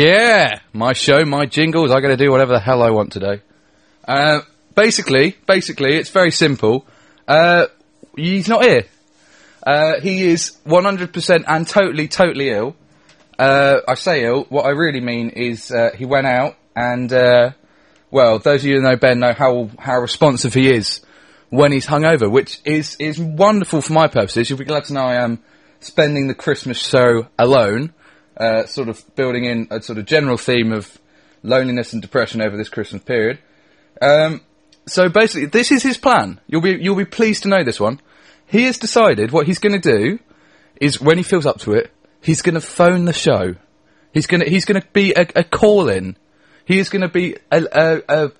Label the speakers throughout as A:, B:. A: Yeah, my show, my jingles. I got to do whatever the hell I want today. Uh, basically, basically, it's very simple. Uh, he's not here. Uh, he is 100% and totally, totally ill. Uh, I say ill. What I really mean is uh, he went out and, uh, well, those of you who know Ben know how how responsive he is when he's hungover, which is is wonderful for my purposes. You'll be glad to know I am spending the Christmas show alone, uh, sort of building in a sort of general theme of loneliness and depression over this Christmas period. Um, so basically, this is his plan. You'll be you'll be pleased to know this one. He has decided what he's going to do is when he feels up to it, he's going to phone the show. He's going to he's going to be a, a call in. He is going to be a, a, a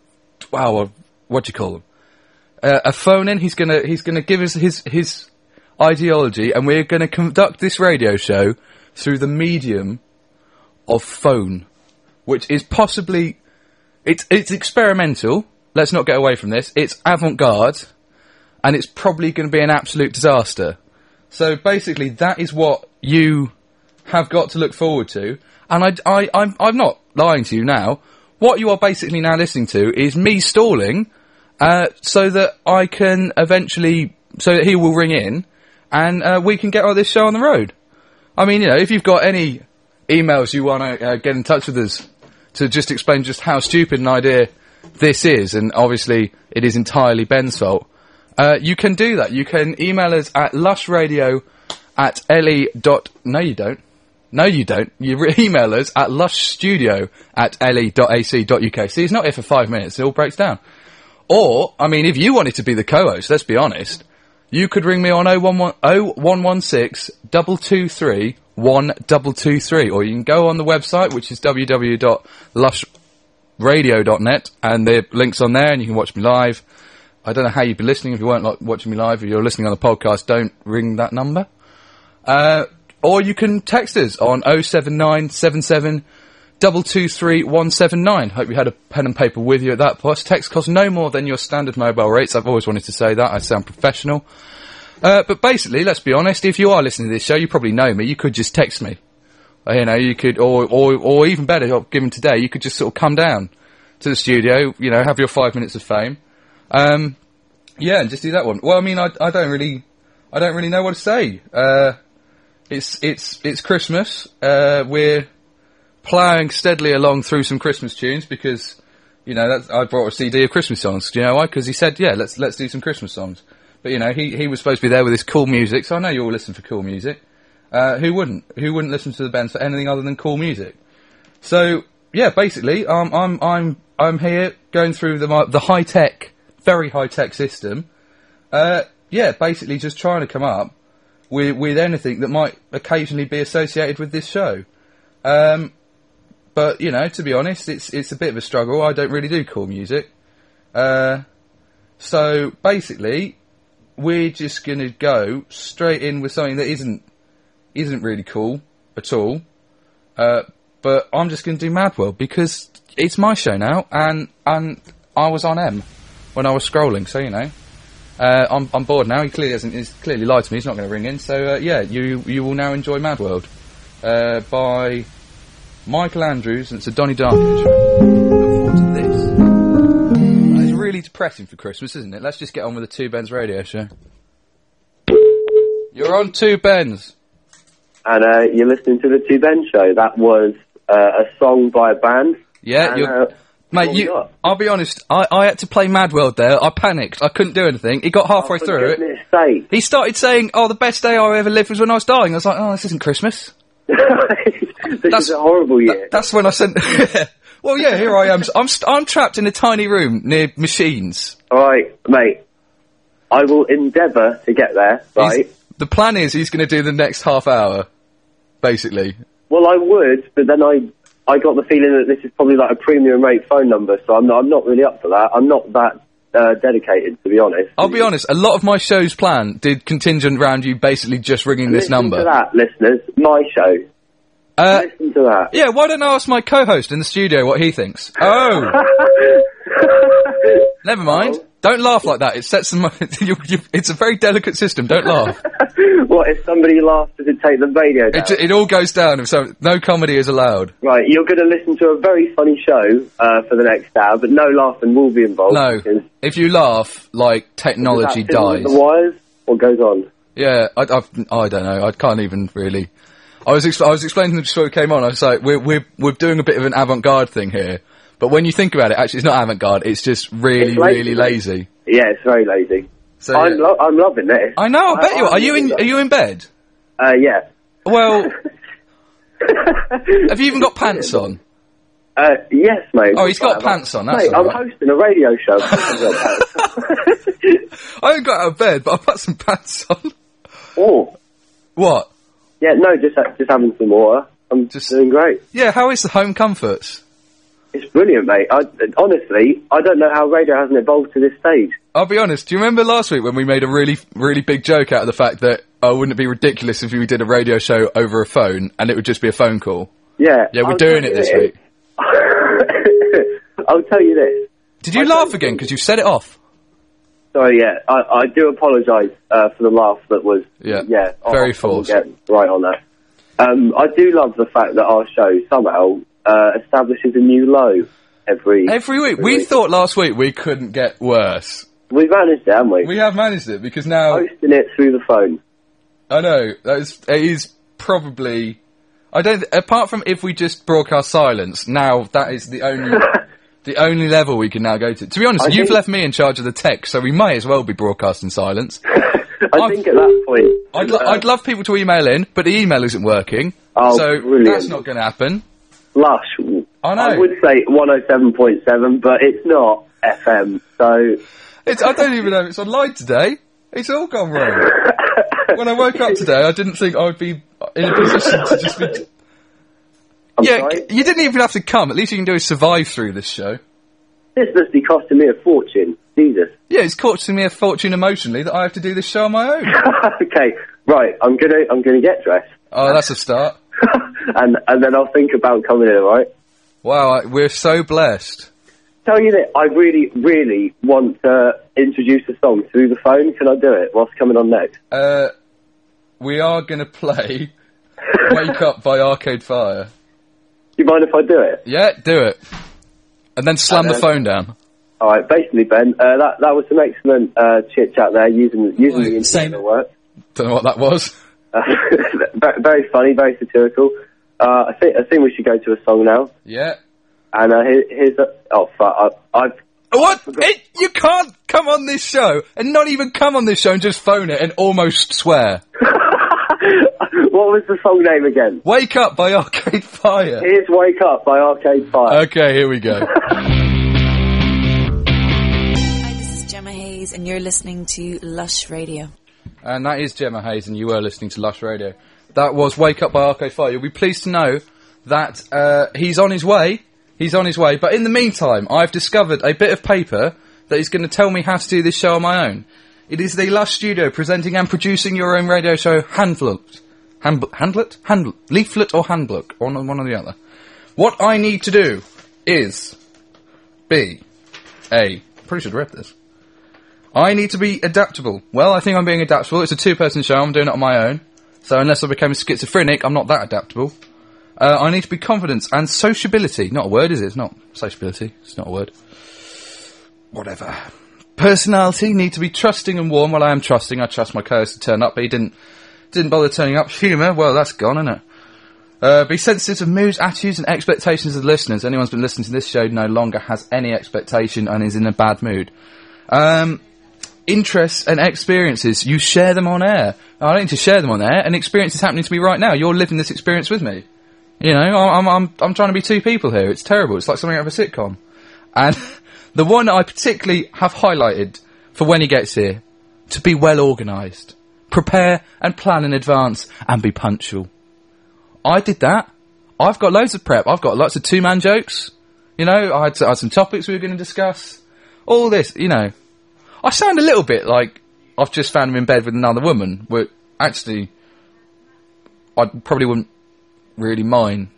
A: wow. A, what do you call them? Uh, a phone in. He's going to he's going to give us his his ideology, and we're going to conduct this radio show through the medium of phone, which is possibly it's it's experimental. Let's not get away from this. It's avant-garde, and it's probably going to be an absolute disaster. So basically, that is what you have got to look forward to. And I, I, I'm, I'm not lying to you now. What you are basically now listening to is me stalling, uh, so that I can eventually, so that he will ring in, and uh, we can get all this show on the road. I mean, you know, if you've got any emails you want to uh, get in touch with us to just explain just how stupid an idea this is, and obviously it is entirely Ben's fault, uh, you can do that. You can email us at lushradio at ellie dot. No, you don't. No, you don't. You re- email us at lushstudio at E ellie.ac.uk. See, he's not here for five minutes. It all breaks down. Or, I mean, if you wanted to be the co-host, let's be honest, you could ring me on 011 0116 223 1223, or you can go on the website, which is www.lushradio.net, and the link's on there, and you can watch me live. I don't know how you'd be listening if you weren't like, watching me live. If you're listening on the podcast, don't ring that number. Uh, or you can text us on 07977 223 179. Hope you had a pen and paper with you at that point. Text costs no more than your standard mobile rates. I've always wanted to say that. I sound professional. Uh, but basically, let's be honest, if you are listening to this show, you probably know me. You could just text me. Uh, You know, you could, or, or, or even better, given today, you could just sort of come down to the studio, you know, have your five minutes of fame. Um, yeah, and just do that one. Well, I mean, I, I don't really, I don't really know what to say. Uh, it's it's it's Christmas. Uh, we're ploughing steadily along through some Christmas tunes because you know that's, I brought a CD of Christmas songs. Do you know why? Because he said, yeah, let's let's do some Christmas songs. But you know, he he was supposed to be there with his cool music, so I know you all listen for cool music. Uh, who wouldn't? Who wouldn't listen to the band for anything other than cool music? So yeah, basically, um, I'm I'm I'm here going through the the high tech, very high tech system. Uh, yeah, basically just trying to come up with with anything that might occasionally be associated with this show. Um, but you know, to be honest, it's it's a bit of a struggle. I don't really do cool music. Uh, so basically, we're just gonna go straight in with something that isn't isn't really cool at all. Uh, but I'm just gonna do Mad World because it's my show now, and and I was on M when I was scrolling, so you know. Uh, I'm, I'm bored now. He clearly hasn't. He's clearly lied to me. He's not going to ring in. So uh, yeah, you you will now enjoy Mad World uh, by Michael Andrews, and it's a Donny Darko intro. Look forward to this. Uh, It's really depressing for Christmas, isn't it? Let's just get on with the Two Bens radio show. You're on Two Bens.
B: and uh, you're listening to the Two Ben Show. That was uh, a song by a band.
A: Yeah,
B: And,
A: you're.
B: uh,
A: Mate,
B: what we
A: you,
B: got?
A: I'll be honest, I, I had to play Mad World there. I panicked. I couldn't do anything. It got halfway
B: for
A: through it.
B: goodness sake.
A: He started saying, Oh, the best day I ever lived was when I was dying. I was like, Oh, this isn't Christmas.
B: this
A: That's-
B: is a horrible year.
A: That's when I sent. well, yeah, here I am. I'm st- I'm trapped in a tiny room near machines.
B: All right, mate. I will endeavour to get there,
A: He's-
B: right?
A: the plan is he's going to do the next half hour, basically.
B: Well, I would, but then I I got the feeling that this is probably like a premium rate phone number, so I'm not, I'm not really up for that. I'm not that uh, dedicated, to be honest.
A: I'll be honest. A lot of my show's plan did contingent around you basically just ringing this
B: Listen to
A: number.
B: that, listeners. My show.
A: Uh,
B: Listen to that.
A: yeah, why don't I ask my co-host in the studio what he thinks? Oh, never mind.
B: Oh.
A: Don't laugh like that. It sets them. you, you, it's a very delicate system. Don't laugh.
B: what if somebody laughs? Does it take the radio down?
A: It, ju- it all goes down. If so, no comedy is allowed.
B: Right, you're going to listen to a very funny show uh, for the next hour, but no laughing will be involved.
A: No.
B: because
A: If you laugh, like
B: does
A: technology
B: that fiddle with
A: dies.
B: The wires. What goes on?
A: Yeah, I, I've, I don't know. I can't even really. I was expl- I was explaining to them before we came on. I was like, we're we're we're doing a bit of an avant-garde thing here, but when you think about it, actually, it's not avant-garde. It's just really,
B: It's lazy,
A: really
B: mate.
A: lazy.
B: Yeah, it's very lazy.
A: So yeah.
B: I'm, lo- I'm loving this.
A: I know. I bet you.
B: I'm
A: Are you in?
B: loving
A: Are you in bed?
B: it. Uh, yeah.
A: Well, have you even got pants on?
B: Uh, yes, mate.
A: Oh, he's got
B: Whatever.
A: pants on, that's
B: mate,
A: all
B: I'm
A: right.
B: hosting a radio show.
A: I haven't
B: Of course I've got pants.
A: got out of bed, but I've got some pants on.
B: oh,
A: What?
B: yeah. No, just ha- just having some water. I'm
A: Just-
B: just doing great.
A: Yeah. How is the home comforts?
B: It's brilliant, mate. I, honestly, I don't know how radio hasn't evolved to this stage.
A: I'll be honest. Do you remember last week when we made a really, really big joke out of the fact that oh, wouldn't it be ridiculous if we did a radio show over a phone and it would just be a phone call?
B: Oh, Yeah.
A: Yeah, we're
B: I'll
A: doing
B: tell
A: it
B: you
A: this week.
B: I'll tell you this.
A: Did you
B: I
A: laugh
B: don't
A: again
B: think-
A: because you've set it off?
B: Sorry, yeah, I, I do apologise uh, for the laugh that was.
A: Yeah,
B: yeah, I'll-
A: very
B: I'll
A: false.
B: Get right on that. Um, I do love the fact that our show somehow uh, establishes a new low every
A: Every week. We thought last week we couldn't get worse.
B: we managed it, haven't we?
A: We have managed it because now
B: Hosting it through the phone.
A: I know that is, it is probably. I don't. Apart from if we just broadcast silence, now that is the only the only level we can now go to. To be honest,
B: I
A: you've
B: think-
A: left me in charge of the tech, so we might as well be broadcasting silence.
B: I
A: I've-
B: think at that point,
A: I'd, lo-
B: uh,
A: I'd love people to email in, but the email isn't working,
B: Oh,
A: so
B: brilliant.
A: that's not going to happen.
B: lush.
A: I know.
B: would say one hundred seven point seven, but it's not FM. So
A: It's, I don't even know if it's online today. It's all gone wrong. when I woke up today, I didn't think I would be in a position to just be.
B: I'm
A: yeah,
B: sorry.
A: you didn't even have to come. At least you can do is survive through this show.
B: This must be costing me a fortune. Jesus.
A: Yeah, it's costing me a fortune emotionally that I have to do this show on my own.
B: okay, right. I'm gonna I'm gonna get dressed,
A: oh, that's a start.
B: and and then I'll think about coming in. all Right.
A: Wow, I, we're so blessed.
B: Tell you that I really really want to introduce a song through the phone. Can I do it? What's coming on next?
A: Uh, we are going to play Wake Up by Arcade Fire.
B: Do you mind if I do it?
A: Yeah, do it. And then slam
B: And
A: the
B: then-
A: phone down.
B: All right. Basically, Ben, uh, that that was some excellent uh, chit chat there using using the
A: Right,
B: internet
A: same.
B: at work.
A: Don't know what that was.
B: Uh, ve- very funny, very satirical. Uh, I think I think we should go to a song now.
A: Yeah.
B: And uh, here, here's a oh fuck, I, I've
A: What? It, you can't come on this show and not even come on this show and just phone it and almost swear.
B: what was the song name again?
A: Wake Up by Arcade Fire.
B: Here's Wake Up by Arcade Fire.
A: Okay, here we go.
C: Hi, this is Gemma Hayes, and you're listening to Lush Radio.
A: And that is Gemma Hayes, and you were listening to Lush Radio. That was Wake Up by Arcade Fire. You'll be pleased to know that uh, he's on his way. He's on his way. But in the meantime, I've discovered a bit of paper that is going to tell me how to do this show on my own. It is the Lush Studio presenting and producing your own radio show handlet. Hand- handlet? Handlet? Leaflet or handbook? One, or- one or the other. What I need to do is be a. Pretty should have read this. I need to be adaptable. Well, I think I'm being adaptable. It's a two-person show. I'm doing it on my own. So unless I become schizophrenic, I'm not that adaptable. Uh, I need to be confident and sociability. Not a word, is it? It's not sociability. It's not a word. Whatever. Personality need to be trusting and warm. Well, I am trusting. I trust my co-host to turn up, but he didn't didn't bother turning up. Humour. Well, that's gone, isn't it? Uh, be sensitive to moods, attitudes, and expectations of the listeners. Anyone's been listening to this show no longer has any expectation and is in a bad mood. Um, interests and experiences. You share them on air. I don't need to share them on air. An experience is happening to me right now. You're living this experience with me. You know, I- I'm, I'm, I'm trying to be two people here. It's terrible. It's like something out of a sitcom. And the one I particularly have highlighted for when he gets here, to be well organised. Prepare and plan in advance and be punctual. I did that. I've got loads of prep. I've got lots of two man jokes. You know, I had, I had some topics we were going to discuss. All this, you know. I sound a little bit like I've just found him in bed with another woman. Where actually, I probably wouldn't really mind.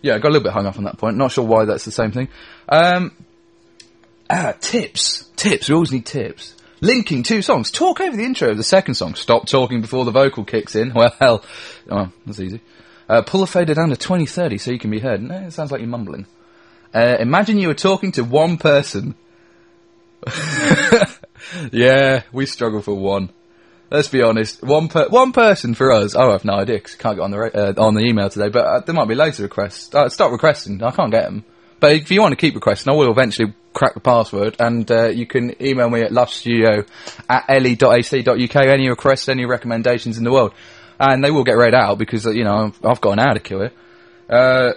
A: Yeah, I got a little bit hung up on that point. Not sure why that's the same thing. Um, Ah, tips. Tips. We always need tips. Linking two songs. Talk over the intro of the second song. Stop talking before the vocal kicks in. Well, hell. Oh, that's easy. Uh, pull a fader down to 2030 so you can be heard. No, it sounds like you're mumbling. Uh, imagine you were talking to one person. yeah, we struggle for one. Let's be honest. One per- one person for us. Oh, I have no idea 'cause I can't get on the ra- uh, on the email today. But uh, there might be loads of requests. Uh, stop requesting. I can't get them. But if you want to keep requesting, I will eventually crack the password. And uh, you can email me at studio at le.ac.uk. Any requests, any recommendations in the world, and they will get read out because uh, you know I've, I've got an hour to kill it. Uh,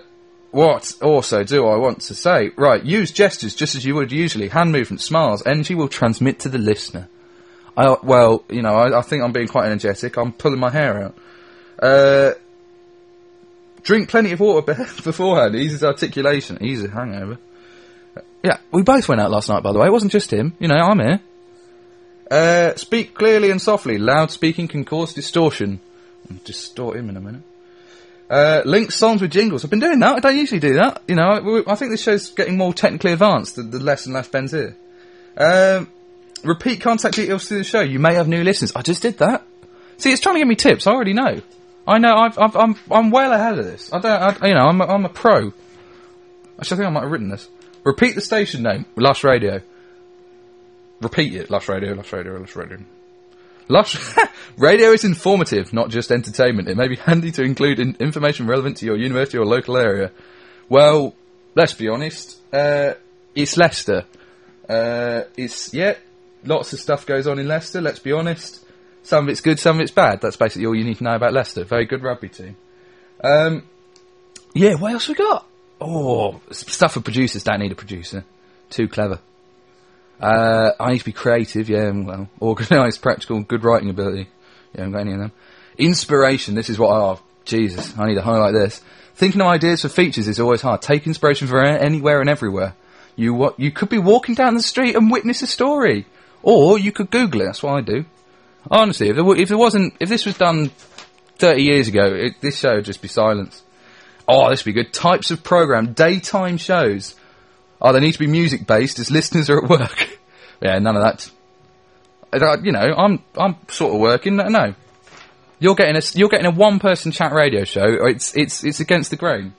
A: what also do I want to say? Right, use gestures just as you would usually. Hand movements, smiles, energy will transmit to the listener. I, well, you know, I, I think I'm being quite energetic. I'm pulling my hair out. Uh, drink plenty of water be- beforehand. Eases articulation. Eases hangover. Yeah, we both went out last night, by the way. It wasn't just him. You know, I'm here. Uh, speak clearly and softly. Loud speaking can cause distortion. I'll distort him in a minute. Uh, link songs with jingles. I've been doing that. I don't usually do that. You know, I, I think this show's getting more technically advanced the, the less and less Ben's here. Um, repeat contact details to the show. You may have new listeners. I just did that. See, it's trying to give me tips. I already know. I know. I've, I've, I'm I'm well ahead of this. I don't. I, you know, I'm a, I'm a pro. Actually, I think I might have written this. Repeat the station name. Lush Radio. Repeat it. Lush Radio. Lush Radio. Lush Radio. Lush Radio is informative, not just entertainment. It may be handy to include in- information relevant to your university or local area. Well, let's be honest. Uh, it's Leicester. Uh, it's yeah, lots of stuff goes on in Leicester. Let's be honest. Some of it's good, some of it's bad. That's basically all you need to know about Leicester. Very good rugby team. Um, yeah, what else we got? Oh, s- stuff for producers. Don't need a producer. Too clever. Uh, I need to be creative. Yeah, and, well, organised, practical, and good writing ability. Yeah, I haven't got any of them. Inspiration. This is what I have. Jesus, I need to highlight this. Thinking of ideas for features is always hard. Take inspiration from a- anywhere and everywhere. You what? You could be walking down the street and witness a story, or you could Google it. That's what I do. Honestly, if there, wa- if there wasn't, if this was done thirty years ago, it, this show would just be silence. Oh, this would be good. Types of program, daytime shows. Oh, they need to be music based as listeners are at work. yeah, none of that. Uh, that- You know, I'm I'm sort of working. No, you're getting a s- you're getting a one person chat radio show. It's it's it's against the grain.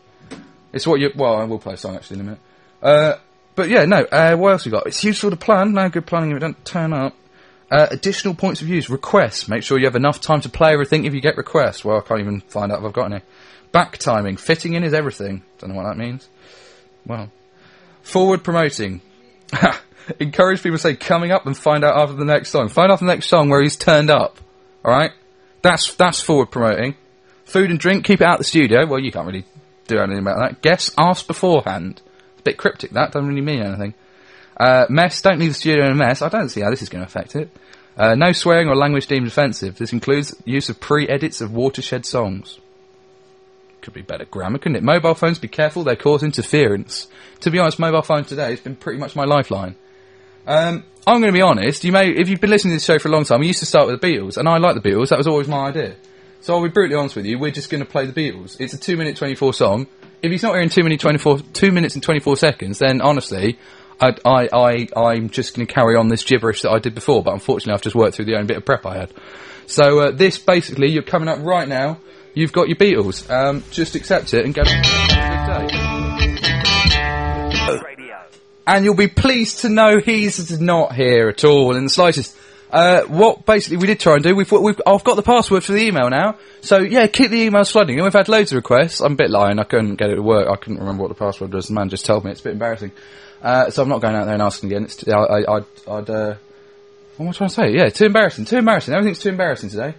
A: It's what you. Well, I will play a song actually in a minute. Uh, but yeah, no. Uh, what else we got? It's useful to plan. No good planning if it don't turn up. Uh, additional points of use. Requests. Make sure you have enough time to play everything if you get requests. Well, I can't even find out if I've got any. Back timing. Fitting in is everything. Don't know what that means. Well. Forward promoting. Encourage people to say coming up and find out after the next song. Find out the next song where he's turned up. Alright? That's that's forward promoting. Food and drink, keep it out of the studio. Well, you can't really do anything about that. Guess, ask beforehand. It's a bit cryptic, that doesn't really mean anything. Uh, mess, don't leave the studio in a mess. I don't see how this is going to affect it. Uh, no swearing or language deemed offensive. This includes use of pre-edits of watershed songs could be better grammar, couldn't it? Mobile phones, be careful, they cause interference. To be honest, mobile phone today has been pretty much my lifeline. Um, I'm going to be honest, you may, if you've been listening to this show for a long time, we used to start with the Beatles, and I like the Beatles, that was always my idea. So I'll be brutally honest with you, we're just going to play the Beatles. It's a 2 minute 24 song. If he's not here in 2 minute 24, 2 minutes and 24 seconds, then honestly, I, I, I, I'm just going to carry on this gibberish that I did before, but unfortunately I've just worked through the only bit of prep I had. So uh, this basically, you're coming up right now. You've got your Beatles. Um, just accept it and go. And you'll be pleased to know he's not here at all in the slightest. Uh, what basically we did try and do, we've, we've, I've got the password for the email now, so yeah, keep the emails flooding. And we've had loads of requests. I'm a bit lying, I couldn't get it to work. I couldn't remember what the password was. The man just told me. It's a bit embarrassing. Uh, so I'm not going out there and asking again. It's, I, I, I'd, I'd uh, what am I trying to say? Yeah, too embarrassing. Too embarrassing. Everything's too embarrassing today.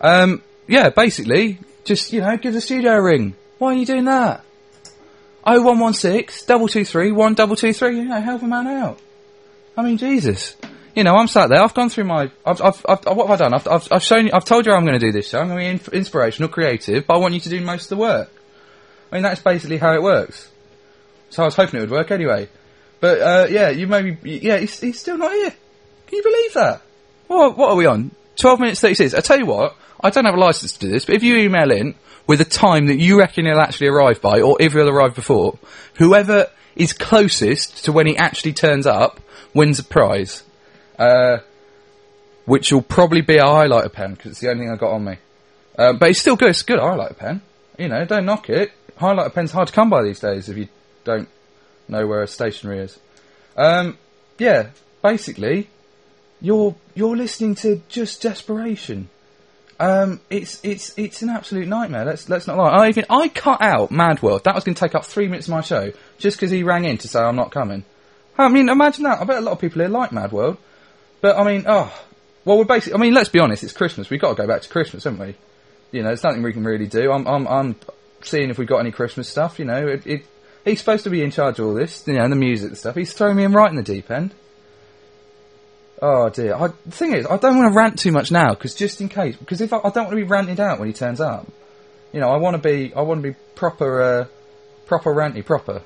A: Um, yeah, basically, just you know, give the studio a ring. Why are you doing that? Oh one one six double two three one double two three. You know, help a man out. I mean, Jesus. You know, I'm sat there. I've gone through my. I've. I've. I've what have I done? I've. I've, I've shown. You, I've told you how I'm going to do this. show. I'm going to be inf- inspirational, creative, but I want you to do most of the work. I mean, that's basically how it works. So I was hoping it would work anyway. But uh, yeah, you maybe. Yeah, he's, he's still not here. Can you believe that? Well, what are we on? 12 minutes 36. I tell you what, I don't have a license to do this, but if you email in with a time that you reckon he'll actually arrive by, or if he'll arrive before, whoever is closest to when he actually turns up wins a prize, uh, which will probably be a highlighter pen because it's the only thing I got on me. Uh, but it's still good. It's a good highlighter pen. You know, don't knock it. Highlighter pen's hard to come by these days if you don't know where a stationery is. Um, yeah, basically, you're you're listening to just desperation. Um, it's it's it's an absolute nightmare. Let's let's not lie. I even I cut out Mad World. That was going to take up three minutes of my show just because he rang in to say I'm not coming. I mean, imagine that. I bet a lot of people here like Mad World, but I mean, oh, well, we're basically. I mean, let's be honest. It's Christmas. We've got to go back to Christmas, haven't we? You know, there's nothing we can really do. I'm I'm I'm seeing if we've got any Christmas stuff. You know, it, it he's supposed to be in charge of all this. You know, the music and stuff. He's throwing me in right in the deep end. Oh dear. I, the thing is, I don't want to rant too much now because just in case, because if I, I don't want to be ranted out when he turns up, you know, I want to be, I want to be proper, uh, proper ranty, proper.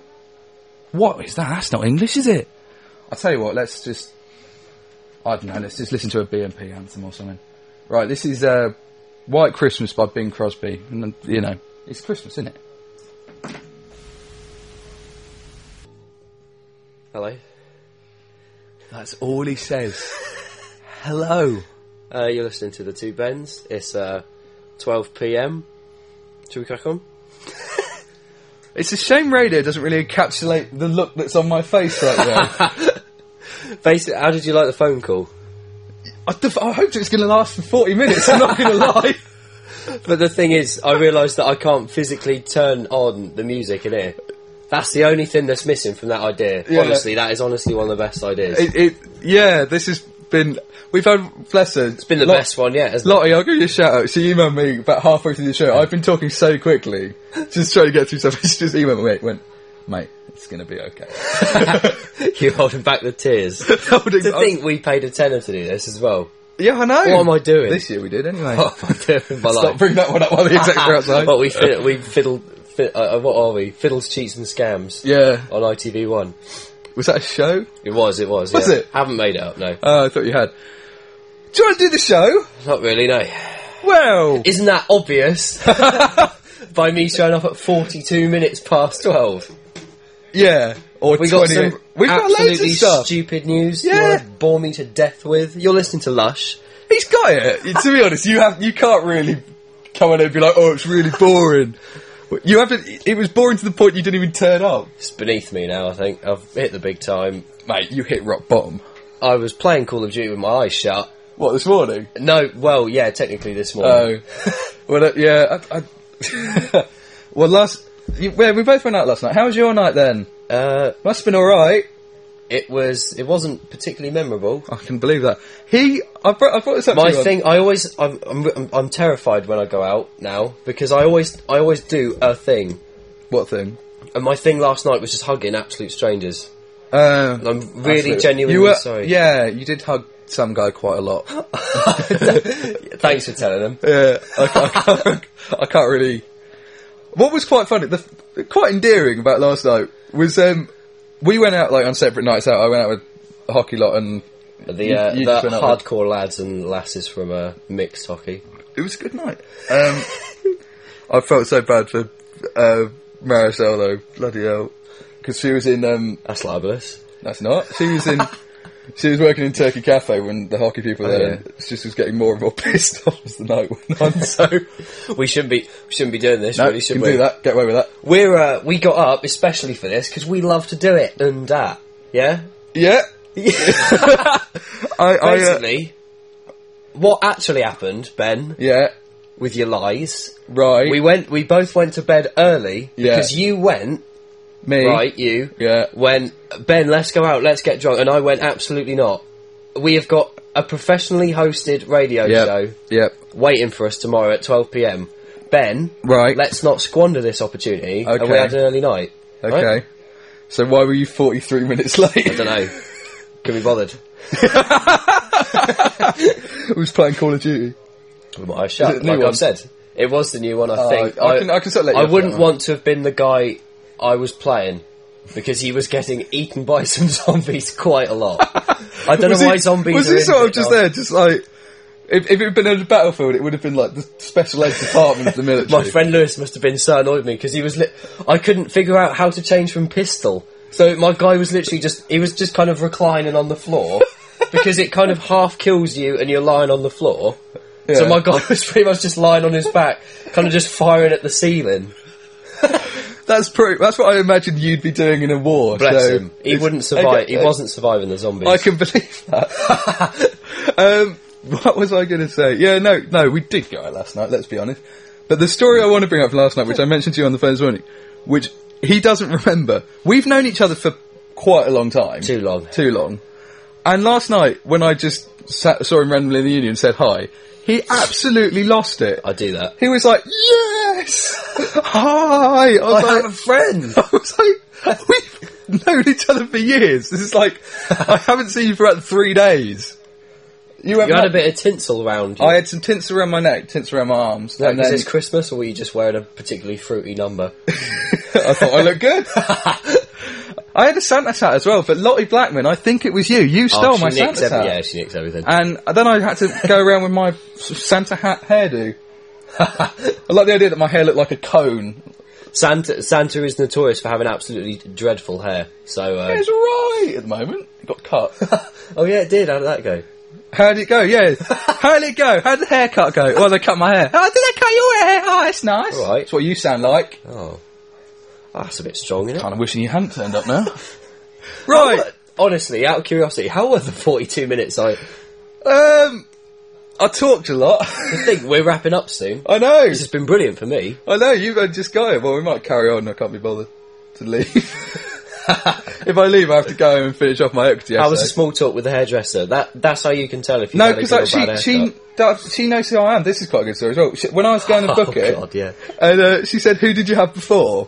A: What is that? That's not English, is it? I tell you what, let's just, I don't know, let's just listen to a BMP anthem or something. Right, this is uh, White Christmas by Bing Crosby, and you know, it's Christmas, isn't it? Hello. That's all he says. Hello.
D: Uh, you're listening to the Two Bends. It's uh, 12 p.m. Should we crack on?
A: It's a shame radio doesn't really encapsulate the look that's on my face right now.
D: Basically, how did you like the phone call?
A: I, def- I hoped it was going to last for 40 minutes, I'm not going to lie.
D: But the thing is, I realised that I can't physically turn on the music in here. That's the only thing that's missing from that idea.
A: Yeah.
D: Honestly, that is honestly one of the best ideas.
A: It, it, yeah, this has been. We've had. Bless her. It's
D: been the best one yet, hasn't
A: Lottie, I'll give you a shout out. She emailed me about halfway through the show. I've been talking so quickly, just trying to get through something. She just emailed me, went, mate, it's going to be okay.
D: it? You're holding back the tears.
A: Holding
D: to
A: on.
D: think we paid a tenner to do this as well.
A: Yeah, I know.
D: What am I doing?
A: This year we did, anyway.
D: What am I doing with my
A: Stop
D: life?
A: bringing that one up while the execs are outside.
D: but we fiddle, we fiddle, fi- uh, uh, what are we? Fiddles, cheats, and scams.
A: yeah.
D: On ITV One.
A: Was that a show?
D: It was. It was.
A: Was
D: yeah.
A: it?
D: Haven't made it up. No,
A: Oh, I thought you had. Do you want to do the show?
D: not really. No.
A: Well,
D: Isn't that obvious? By me showing up at forty-two minutes past twelve.
A: yeah. Or
D: We got
A: 20.
D: some
A: We've got
D: absolutely
A: loads of stuff.
D: stupid news.
A: Yeah.
D: You want to bore me to death with. You're listening to Lush.
A: He's got it. to be honest, you have you can't really come on and be like, oh, it's really boring. You haven't. It was boring to the point you didn't even turn up,
D: It's beneath me now. I think I've hit the big time.
A: mate. You hit rock bottom.
D: I was playing Call of Duty with my eyes shut.
A: What this morning?
D: No, well, yeah, technically this morning.
A: Oh, well, uh, yeah. I, I well, last. You, yeah, we both went out last night. How was your night then?
D: Uh,
A: Must have been all right.
D: it was. It wasn't particularly memorable.
A: I can believe that. He, I brought, I brought this up.
D: My
A: to you
D: thing, I always, I'm, I'm, I'm- I'm terrified when I go out now because I always, I always do a thing.
A: On, what thing?
D: And my thing last night was just hugging absolute strangers.
A: Uh,
D: I'm really
A: Absolutely.
D: genuinely
A: you were,
D: sorry.
A: Yeah, you did hug some guy quite a lot.
D: Thanks for telling them.
A: yeah, I, I, can't, I can't really. What was quite funny, the, quite endearing about last night was um, we went out like on separate nights out. I went out with a hockey lot, and
D: The, uh,
A: you
D: the
A: just went out with-
D: hardcore lads and lasses from uh, mixed hockey.
A: it was a good night. Um, I felt so bad for uh, Marisol though, bloody hell, because she was in. Um,
D: That's libelous.
A: that's not. She was in. She was working in Turkey Cafe when the hockey people were
D: Oh,
A: there.
D: yeah.
A: and She just was getting more and more pissed off as the night went on.
D: So we shouldn't be we shouldn't be doing this.
A: No,
D: really,
A: you
D: should
A: can
D: we?
A: do that. Get away with that.
D: We're uh, we got up especially for this because we love to do it and that. Yeah,
A: Yeah. I, I uh,
D: basically, what actually happened, Ben,
A: yeah.
D: with your lies?
A: Right.
D: We went. We both went to bed early
A: Yeah.
D: because you went.
A: me.
D: Right, you.
A: Yeah.
D: When Ben, let's go out, let's get drunk, and I went absolutely not. We have got a professionally hosted radio
A: Yep.
D: show
A: Yep.
D: waiting for us tomorrow at twelve pm. Ben,
A: Right.
D: Let's not squander this opportunity. And
A: Okay.
D: we had an early night.
A: Okay.
D: Right?
A: So why were you 43 minutes late?
D: I don't know. Can be bothered.
A: I was playing Call of Duty.
D: with my eyes
A: Is it
D: shut.
A: a new
D: Like
A: one?
D: I've said, it was the new one. I
A: Oh,
D: think
A: I can- I can sort of let you
D: I
A: off
D: wouldn't
A: that one.
D: want to have been the guy I was playing because he was getting eaten by some zombies quite a lot. I don't
A: was
D: know
A: he,
D: why zombies.
A: Was
D: are
A: he
D: in
A: sort
D: it
A: of just
D: now.
A: there, just like if, if it had been in a battlefield, it would have been like the special ed department of the military.
D: My friend Lewis must have been so annoyed with me because he was. Li- I couldn't figure out how to change from pistol So my guy was literally just he was just kind of reclining on the floor because it kind of half kills you and you're lying on the floor. So
A: Yeah.
D: my guy was pretty much just lying on his back, kind of just firing at the ceiling.
A: That's pretty. That's what I imagined you'd be doing in a war.
D: Bless
A: so
D: him. He
A: it's-
D: wouldn't survive.
A: Okay, uh,
D: he wasn't surviving the zombies.
A: I can believe that. um, what was I going to say? Yeah, no, no, we did go out last night. Let's be honest. But the story I want to bring up from last night, which I mentioned to you on the phone this morning, which he doesn't remember. We've known each other for quite a long time.
D: Too long.
A: Too long. And last night, when I just sat, saw him randomly in the union and said hi, he absolutely lost it.
D: I do that.
A: He was like, "Yes, hi!" I, was
D: I
A: like,
D: have a friend.
A: I was like, we've known each other for years. This is like, I haven't seen you for about three days. You,
D: You had a bit of tinsel around you.
A: I had some tints around my neck, tints around my arms,
D: Like,
A: and
D: is
A: then
D: this Christmas, or were you just wearing a particularly fruity number?
A: I thought I looked good. I had a Santa hat as well, but Lottie Blackman, I think it was you. You stole
D: Oh, she
A: my
D: nicks
A: Santa
D: every-
A: hat.
D: Yeah, she nicks everything.
A: And then I had to go around with my s- Santa hat hairdo. I like the idea that my hair looked like a cone.
D: Santa Santa is notorious for having absolutely dreadful hair. So, uh,
A: It's right at the moment. It got cut.
D: oh yeah, it did. How did that go?
A: How did it go? Yeah. How did it go? How did the haircut go? Well, they cut my hair. Oh, did they cut your hair? Oh, that's nice.
D: All right.
A: That's what you sound like.
D: Oh, Oh, that's a bit strong, isn't it?
A: Kind of wishing you hadn't turned up now. right.
D: Honestly, out of curiosity, how were the forty-two minutes? I
A: Um, I talked a lot.
D: think we're wrapping up soon.
A: I know.
D: This has been brilliant for me.
A: I know. You guys just go. Well, we might carry on. I can't be bothered to leave. if I leave, I have to go home and finish off my equity.
D: That was
A: essay.
D: a small talk with the hairdresser. That that's how you can tell if you
A: No,
D: had a
A: because
D: good or
A: like,
D: bad
A: she she
D: haircut.
A: that- she knows who I am. This is quite a good story as well. She, when I was going to
D: Oh,
A: book it,
D: God, yeah.
A: and uh, she said, "Who did you have before?"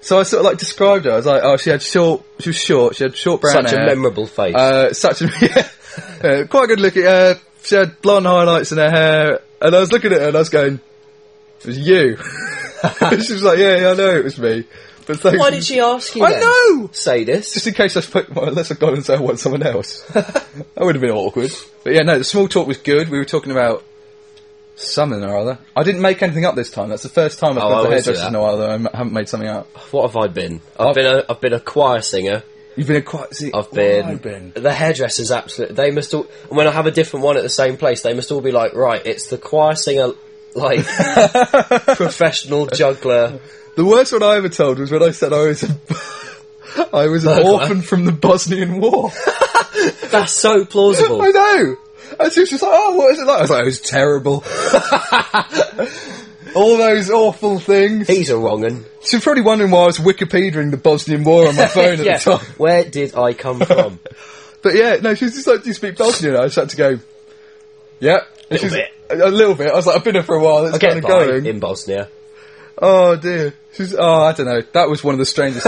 A: So I sort of like described her. I was like, "Oh, she had short. She was short. She had short brown
D: such
A: hair.
D: a memorable face.
A: Uh, such a yeah, uh, quite good looking. Uh, she had blonde highlights in her hair, and I was looking at her and I was going, "It was you." she was like, "Yeah, yeah, I know it was me." But thanks
D: Why did she ask you?
A: I
D: then?
A: know!
D: Say this.
A: just in case I spoke, well, unless I've gone and said I want someone else. that would have been awkward. But yeah, no, the small talk was good. We were talking about something or other. I didn't make anything up this time. That's the first time I've
D: Oh,
A: gone
D: I
A: to
D: always do
A: hairdressers
D: that.
A: in a while that I m- haven't made something up.
D: What have I been? I've, been a I've been a choir singer.
A: You've been a quite. See,
D: I've
A: what have I
D: been, the hairdressers. Absolutely, they must all. And when I have a different one at the same place, they must all be like, right, it's the choir singer, like professional juggler.
A: The worst one I ever told was when I said I was a, I was an
D: Burglar.
A: orphan from the Bosnian War.
D: That's so plausible.
A: I know. And she was just like, "Oh, what is it like?" I was like, "It was terrible." All those awful things.
D: He's a wrong un.
A: She's probably wondering why I was Wikipediaing the Bosnian War on my phone at
D: Yeah.
A: the time.
D: Where did I come from?
A: But yeah, no, she was just like, "Do you speak Bosnian?" I just had to go, "Yeah." And
D: Little
A: she's- A, a little bit. I was like, "I've been here for a while. It's kind
D: Get
A: of
D: by
A: going."
D: in Bosnia.
A: Oh dear. She's, oh, I don't know. That was one of the strangest.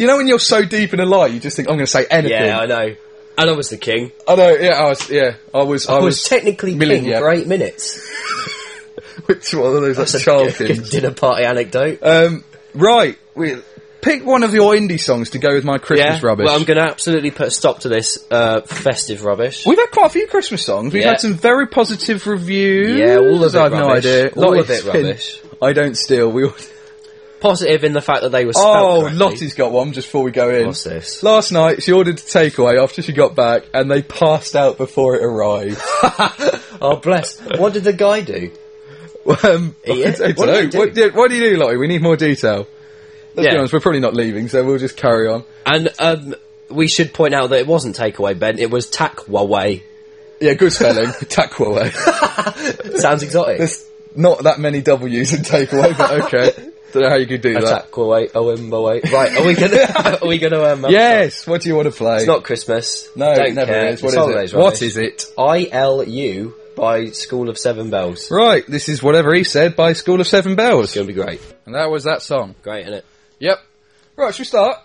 A: you know, when you're so deep in a lie, you just think, "I'm going to say anything."
D: Yeah, I know. And I was the king.
A: I know. Yeah, I was. Yeah, I was. I,
D: I was technically
A: million,
D: king
A: yeah.
D: for eight minutes.
A: Which one of those? That's
D: That's a
A: child
D: good- good
A: things.
D: dinner party anecdote.
A: Um, right. We pick one of your indie songs to go with my Christmas rubbish.
D: Well, I'm going to absolutely put a stop to this uh, festive rubbish.
A: We've had quite a few Christmas songs. We've
D: Yeah.
A: had some very positive reviews.
D: Yeah, all of it
A: I've no
D: rubbish.
A: idea.
D: All
A: Lottie
D: of it
A: Spin-
D: rubbish.
A: I don't steal. We. All...
D: Positive in the fact that they were. spelt
A: Oh,
D: correctly.
A: Lottie's got one. Just before we go in,
D: What's this?
A: last night she ordered a takeaway after she got back, and they passed out before it arrived.
D: Oh, bless. What did the guy do?
A: um,
D: Yeah.
A: I don't
D: What do you
A: know.
D: do?
A: What, yeah, what do you do, Lottie? We need more detail. Let's be
D: Yeah.
A: honest, we're probably not leaving, so we'll just carry on.
D: And um, we should point out that it wasn't takeaway, Ben. It was Takwaway.
A: Yeah, good spelling. Takeaway.
D: Sounds exotic.
A: There's not that many W's in takeaway, but okay. Don't know how you could do that.
D: Takwaway, Owimbaway. Right, are we gonna? are we gonna? Um,
A: Yes, what do you want to play?
D: It's not Christmas.
A: no, it
D: Don't
A: never
D: care.
A: is. What
D: It's
A: is
D: holidays
A: it? What
D: rubbish.
A: is it?
D: ILU by School of Seven Bells.
A: Right, this is whatever he said by School of Seven Bells.
D: Gonna be great.
A: And that was that song.
D: Great, isn't it?
A: Yep. Right, should we start?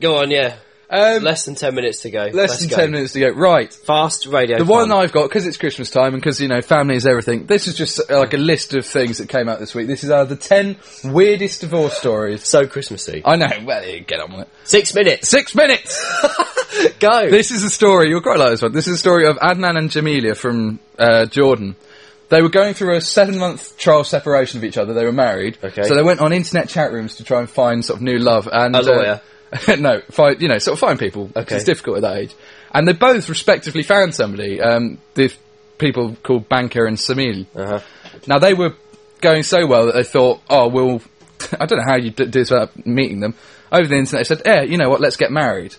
D: Go on, yeah.
A: Um,
D: Less than ten minutes to go.
A: less
D: Let's
A: than
D: go.
A: 10 minutes to go. Right,
D: Fast radio.
A: the one I've got, because it's Christmas time and because, you know, family is everything, this is just uh, like a list of things that came out this week. This is uh, the 10 weirdest divorce stories.
D: so Christmassy.
A: I know, well, yeah, get on with it.
D: Six minutes.
A: Six minutes!
D: Go.
A: This is a story, you'll quite like this one. This is a story of Adnan and Jamelia from uh, Jordan. They were going through a seven month trial separation of each other. They were married.
D: Okay.
A: So they went on internet chat rooms to try and find sort of new love. And,
D: A lawyer.
A: uh, no, find you know, sort of find people. 'cause
D: Okay.
A: It's difficult at that age. And they both respectively found somebody. Um, the people called Banker and Samil.
D: Uh-huh.
A: Now they were going so well that they thought, oh, we'll. I don't know how you d- do this without meeting them over the internet. They said, yeah, you know what? Let's get married.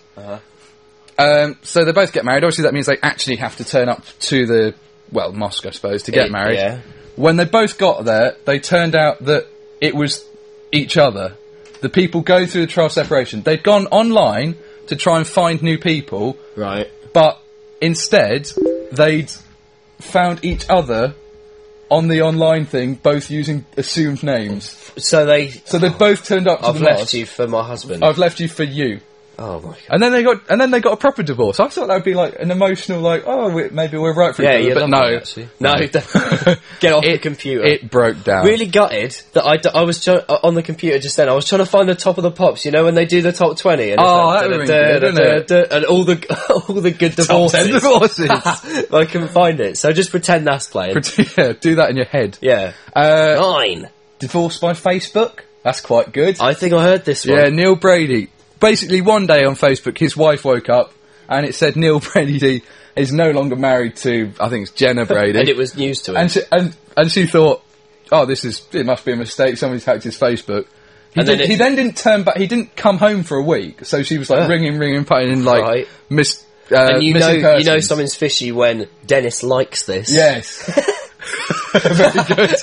A: Um, so they both get married. Obviously, that means they actually have to turn up to the well mosque, I suppose, to get
D: Eh,
A: married.
D: yeah.
A: When they both got there, they turned out that it was each other. The people go through the trial of separation. They'd gone online to try and find new people,
D: Right.
A: but instead they'd found each other on the online thing, both using assumed names.
D: So they.
A: So they both turned up to
D: I've
A: the
D: left
A: mosque.
D: you for my husband.
A: I've left you for you.
D: oh my god.
A: And then they got, and then they got a proper divorce. I thought that would be like an emotional, like, oh, we, maybe we're right for
D: Yeah,
A: each
D: you'd
A: other. But
D: love
A: no,
D: that, actually. No, definitely. Get off the computer.
A: It broke down.
D: really gutted that I, d- I was try- uh, on the computer just then. I was trying to find the top of the pops. You know when they do the top twenty. And it's
A: Oh,
D: like
A: that
D: da-
A: would
D: da-
A: have been good,
D: da-
A: wouldn't
D: da- da- and all the all the good divorces.
A: 10 divorces.
D: But I couldn't find it, so just pretend that's playing.
A: yeah, do that in your head.
D: yeah,
A: Uh,
D: nine.
A: divorced by Facebook. That's quite good.
D: I think I heard this one.
A: Yeah, Neil Brady. Basically, one day on Facebook, his wife woke up and it said Neil Brady is no longer married to, I think it's Jenna Brady.
D: and it was news to him.
A: and, she, and, and she thought, oh, this is, it must be a mistake. Somebody's hacked his Facebook. He, did,
D: And then it-
A: he then didn't turn back. He didn't come home for a week. So she was like
D: Yeah.
A: ringing, ringing, putting in like
D: Right.
A: miss. Uh,
D: and you know,
A: missing
D: you know
A: persons.
D: something's fishy when Dennis likes this.
A: Yes. Very good.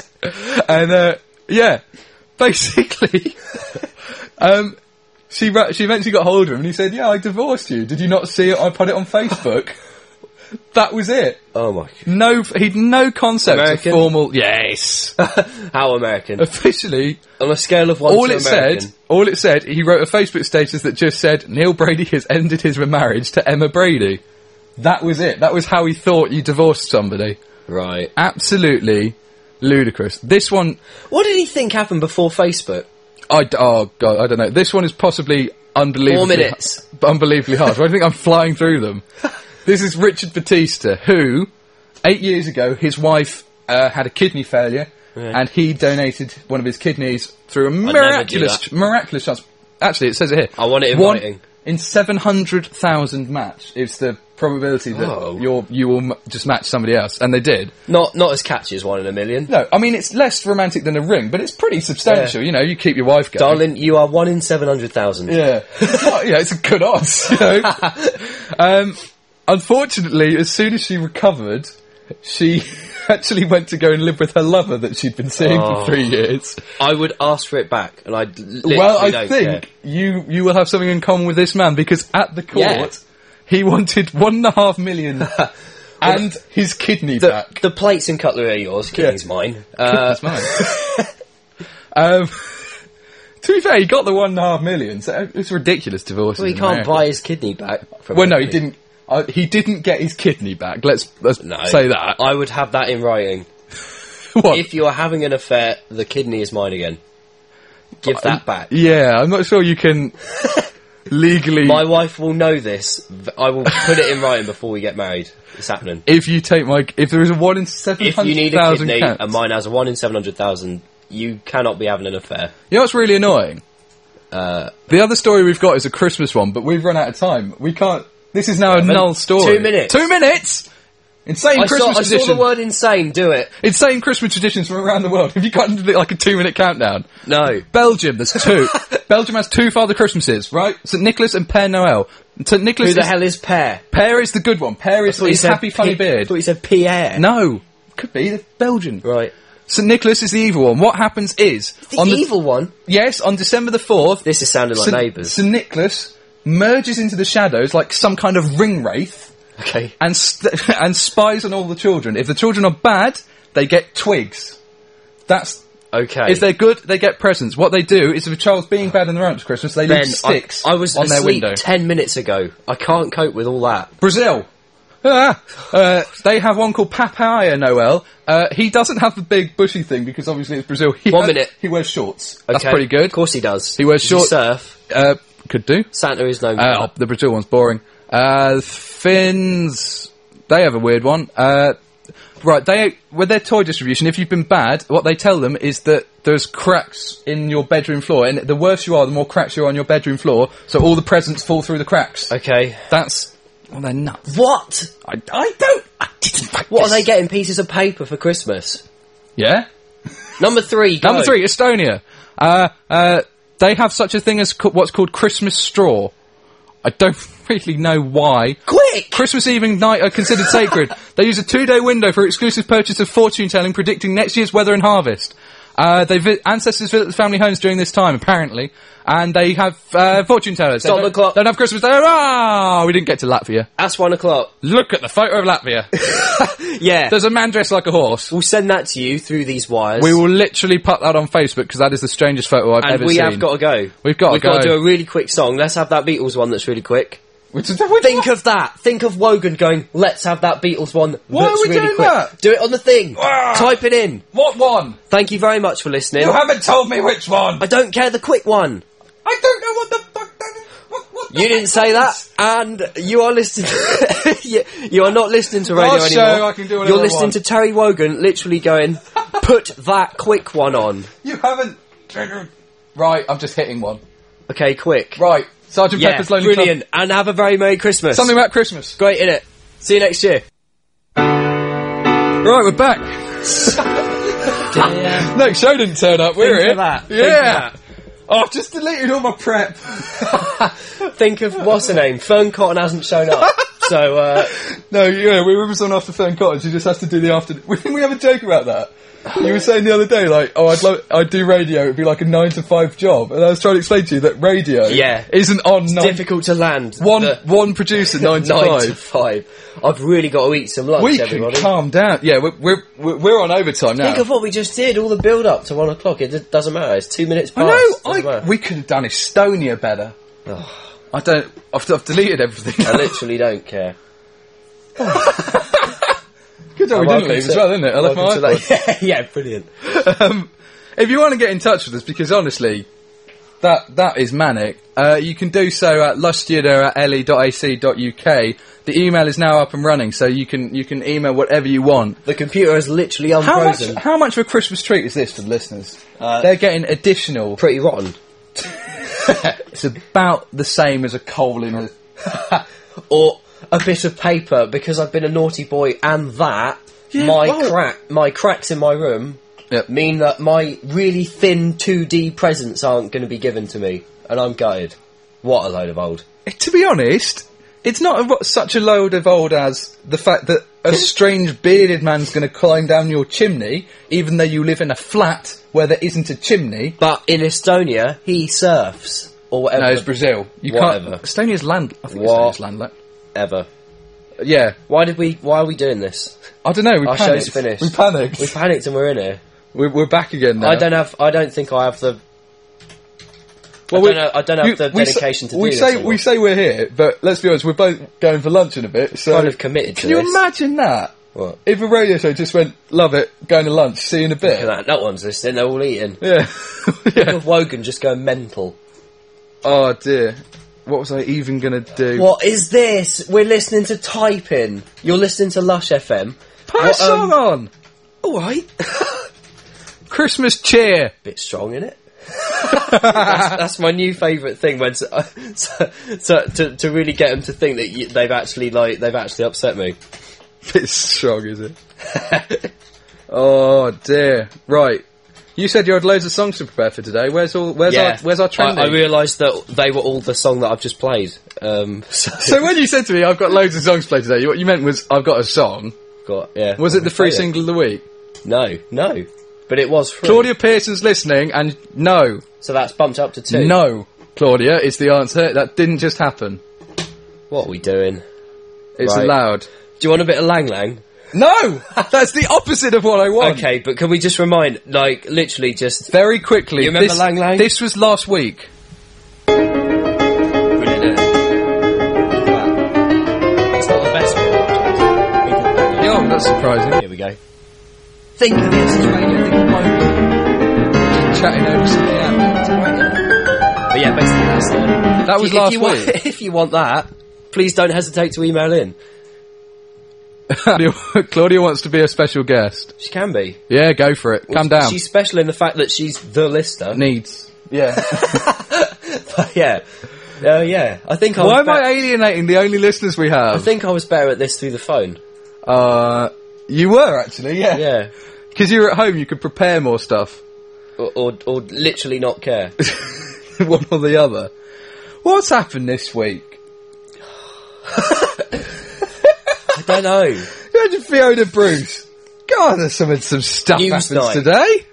A: And uh, yeah, basically, um, she ra- she eventually got hold of him and he said, "Yeah, I divorced you. Did you not see it? I put it on Facebook." that was it.
D: Oh my god.
A: No, he'd no concept
D: American?
A: of formal. Yes,
D: How American?
A: officially,
D: On a scale of one
A: all
D: to
A: it
D: American.
A: said, all it said, he wrote a Facebook status that just said Neil Brady has ended his remarriage to Emma Brady. That was it. That was how he thought you divorced somebody
D: Right.
A: absolutely ludicrous. This one,
D: What did he think happened before Facebook?
A: I d- oh god, I don't know. This one is possibly unbelievably
D: Four minutes.
A: unbelievably hard. I think I'm flying through them. This is Richard Batista, who eight years ago his wife uh, had a kidney failure, and he donated one of his kidneys through a
D: never do
A: miraculous
D: that.
A: miraculous chance. Actually, it says it here.
D: I want it in
A: One
D: writing.
A: in seven hundred thousand match. It's the probability that
D: Oh.
A: you're, you will m- just match somebody else, and they did.
D: Not not as catchy as one in a million.
A: No, I mean it's less romantic than a ring, but it's pretty substantial.
D: Yeah.
A: You know, you keep your wife going.
D: Darling, you are one in seven hundred thousand.
A: Yeah, it's not- yeah, it's a good odds. You know. um, unfortunately, as soon as she recovered, she actually went to go and live with her lover that she'd been seeing
D: Oh.
A: for three years.
D: I would ask for it back, and I
A: well, I think you you will have something in common with this man because at the court
D: Yeah.
A: he wanted one and a half million and his kidney
D: the,
A: back.
D: the plates and cutlery are yours. Kidney's mine. Uh,
A: That's mine. um, to be fair, he got the one and a half million. So it's ridiculous divorce.
D: well, he can't buy his kidney back. From
A: Well, no,
D: me.
A: he didn't. Uh, he didn't get his kidney back. Let's, let's
D: No,
A: say that. Oh.
D: I would have that in writing.
A: What?
D: If you are having an affair, the kidney is mine again.
A: Oh,
D: Give that back.
A: yeah, I'm not sure you can legally.
D: My wife will know this. V- I will put it in writing before we get married. It's happening.
A: if you take my, if there is a one in seven
D: If you
A: hundred
D: need a uh,
A: thousand
D: kidney and
A: counts,
D: mine has a one in seven hundred thousand, you cannot be having an affair.
A: you know what's really annoying.
D: Uh,
A: the other story we've got is a Christmas one, but we've run out of time. We can't. This is now a
D: but
A: null story.
D: two minutes.
A: Two minutes. Insane
D: I saw,
A: Christmas
D: I
A: tradition.
D: saw the word insane. Do it.
A: Insane Christmas traditions from around the world. Have you gotten to, like a two minute countdown?
D: No.
A: Belgium, there's two. Belgium has two Father Christmases, right? St. Nicholas and Père Noël. St. Nicholas
D: Who the
A: is,
D: hell is Pear?
A: Pear is the good one. Pear is
D: Thought you
A: is
D: said
A: happy, funny
D: Pe-
A: beard.
D: Thought you said Pierre.
A: No, could be. They're Belgian.
D: Right.
A: St. Nicholas is the evil one. What happens is.
D: The evil one.
A: Yes, on December the 4th.
D: This is sounding like
A: St.
D: neighbours.
A: St. Nicholas merges into the shadows like some kind of ring wraith
D: Okay.
A: and, st- and spies on all the children. If the children are bad, they get twigs. That's
D: Okay.
A: If they're good, they get presents. What they do is if a child's being bad in their own Christmas, they
D: Ben,
A: leave sticks
D: I, I was
A: on their
D: asleep
A: window.
D: ten minutes ago. I can't cope with all that.
A: Brazil. Ah, uh, they have one called Papaya Noel. Uh, he doesn't have the big bushy thing because obviously it's Brazil. He
D: One
A: has-
D: minute.
A: He wears shorts. That's
D: Okay?
A: pretty
D: Of
A: good.
D: course he does.
A: He wears
D: Does
A: short-
D: surf.
A: Uh, could do.
D: Santa is known.
A: Uh,
D: for
A: the Brazil one's boring. Uh, Finns. They have a weird one. Uh, right, they with their toy distribution, if you've been bad, what they tell them is that there's cracks in your bedroom floor, and the worse you are, the more cracks you are on your bedroom floor. So all the presents fall through the cracks.
D: Okay.
A: That's well, they're nuts.
D: What?
A: I, I don't. I didn't. Like
D: What
A: this.
D: are they getting? Pieces of paper for Christmas.
A: Yeah.
D: Number three. go.
A: Number three, Estonia. Uh, uh, they have such a thing as co- what's called Christmas straw. I don't really know why.
D: Quick.
A: Christmas Eve and night are considered sacred. They use a two-day window for exclusive purchase of fortune telling, predicting next year's weather and harvest. Uh, they vi- ancestors visit the family homes during this time, apparently, and they have uh, fortune tellers. They
D: Stop the
A: don't-
D: clock.
A: Don't have Christmas. Day. Ah, we didn't get to Latvia.
D: That's one o'clock.
A: Look at the photo of Latvia.
D: Yeah.
A: There's a man dressed like a horse.
D: we'll send that to you through these wires.
A: We will literally put that on Facebook because that is the strangest photo I've
D: and
A: ever
D: we
A: seen.
D: have got to go.
A: We've gotta
D: We've got to
A: go.
D: do a really quick song. Let's have that Beatles one that's really quick.
A: Which is- which
D: Think of that. Think of Wogan going. Let's have that Beatles one.
A: Why
D: that's
A: are we
D: really
A: doing
D: quick.
A: that?
D: Do it on the thing.
A: Ah.
D: Type it in.
A: What one?
D: Thank you very much for listening.
A: haven't told me which one.
D: I don't care the quick one.
A: I don't know what the fuck. That, what, what
D: You didn't say that, and you are listening. you, you are not listening to radio
A: Last show,
D: anymore.
A: I can do whatever
D: You're
A: I
D: listening
A: want.
D: to Terry Wogan, literally going, "Put that quick one on."
A: You haven't triggered. Right, I'm just hitting one.
D: Okay, quick.
A: Right, Sergeant
D: Yeah,
A: Pepper's Lonely Club-
D: brilliant. And have a very merry Christmas.
A: Something about Christmas.
D: great in it. See you next year.
A: Right, we're back. Next show didn't turn up. We're
D: Think
A: here.
D: of that. Think of
A: Yeah.
D: that.
A: Oh, I've just deleted all my prep.
D: Think of what's her name? Fern Cotton hasn't shown up. So uh,
A: no, yeah, we were with someone after Fern Cottage. You just have to do the after. We think we have a joke about that. You were saying the other day, like, oh, I'd love, I'd do radio. It'd be like a nine to five job, and I was trying to explain to you that radio,
D: Yeah.
A: isn't on nine
D: difficult to land.
A: One
D: the
A: one producer, nine to
D: nine
A: five.
D: to five. I've really got to eat some lunch,
A: we can
D: everybody.
A: calm down. Yeah, we're we're, we're- we're on overtime now.
D: Think of what we just did. All the build up to one o'clock. It d- doesn't matter. It's two minutes
A: I
D: past.
A: know.
D: Doesn't
A: I,
D: matter.
A: we could have done Estonia better. I don't. I've, I've deleted everything.
D: I literally don't care.
A: Good job we didn't leave as well, isn't it? I left my
D: Welcome
A: iPod.
D: to that- yeah, brilliant.
A: um, if you want to get in touch with us, because honestly, that that is manic. Uh, you can do so at luststudio at le.ac.uk. The email is now up and running, so you can you can email whatever you want.
D: The computer is literally
A: How much,
D: unfrozen.
A: how much of a Christmas treat is this for the listeners?
D: Uh,
A: They're getting additional.
D: Pretty rotten.
A: It's about the same as a coal in a.
D: Or a bit of paper because I've been a naughty boy and that my
A: well-
D: crack my cracks in my room
A: Yep.
D: mean that my really thin 2D presents aren't going to be given to me and I'm gutted. What a load of old.
A: To be honest, it's not a, what- such a load of old as the fact that a strange bearded man's going to climb down your chimney, even though you live in a flat where there isn't a chimney.
D: But in Estonia, he surfs or whatever.
A: No, it's Brazil. You
D: Whatever.
A: can't. Estonia's land. I think
D: What?
A: Estonia's landlocked.
D: Ever.
A: Yeah.
D: Why did we? Why are we doing this?
A: I don't know. We
D: Our
A: panicked.
D: show's finished.
A: We panicked.
D: We panicked and we're in here.
A: We're, we're back again now.
D: I don't have. I don't think I have the.
A: Well,
D: I don't know- I don't have the
A: we s-
D: dedication to
A: we
D: do this
A: say
D: anymore.
A: we say we're here, but let's be honest, we're both going for lunch in a bit. So
D: Kind of committed to
A: Can you
D: this.
A: imagine that?
D: What?
A: If a radio show just went, love it, going to lunch, see you in a
D: Look at
A: bit.
D: that. No one's listening. They're all eating.
A: Yeah. yeah.
D: With Wogan just going mental.
A: Oh dear. What was I even gonna do?
D: What is this? We're listening to typing. You're listening to Lush FM.
A: Pass
D: What, um,
A: on.
D: All right.
A: Christmas cheer.
D: Bit strong in it. that's, that's my new favourite thing when to, to, to, to, really get them to think that you, they've actually like they've actually upset me.
A: Bit strong, is it? oh dear. Right. You said you had loads of songs to prepare for today. Where's all? Where's our? Where's our trending?
D: I, I realised that they were all the song that I've just played. Um, so,
A: so when you said to me, "I've got loads of songs to play today," what you meant was, "I've got a song."
D: got Oh, yeah.
A: Was it the free
D: Played
A: single of the week?
D: No, no. But it was free.
A: Claudia Pearson's listening, and no,
D: So that's bumped up to two.
A: no, Claudia is the answer. That didn't just happen.
D: What are we doing? Do
A: It's
D: Right.
A: allowed.
D: you want a bit of Lang Lang?
A: No, that's the opposite of what I want.
D: Okay, but can we just remind, like, literally just.
A: Very quickly.
D: You remember
A: this,
D: Lang Lang?
A: This was last week.
D: It's not the best one.
A: Yeah, that's surprising.
D: oh, Here we go. Think of this as radio, think of Wogan.
A: Chatting over some yeah.
D: But yeah, basically that's the one.
A: That was
D: if
A: last
D: you
A: week.
D: Want, if you want that, please don't hesitate to email in.
A: Claudia, Claudia wants to be a special guest.
D: She can be.
A: Yeah, go for it. Come down.
D: She's special in the fact that she's the lister.
A: needs. Yeah.
D: But yeah. Uh, yeah. I think I
A: Why
D: was
A: am
D: bet-
A: I alienating the only listeners we
D: I
A: have?
D: think I was better at this through the phone.
A: uh, you were actually, yeah.
D: Yeah.
A: Because you were at home, you could prepare more stuff.
D: Or, or, or literally not care.
A: One or the other. What's happened this week?
D: I don't know.
A: Imagine Fiona Bruce. God, there's some some stuff
D: News
A: happens
D: night.
A: today.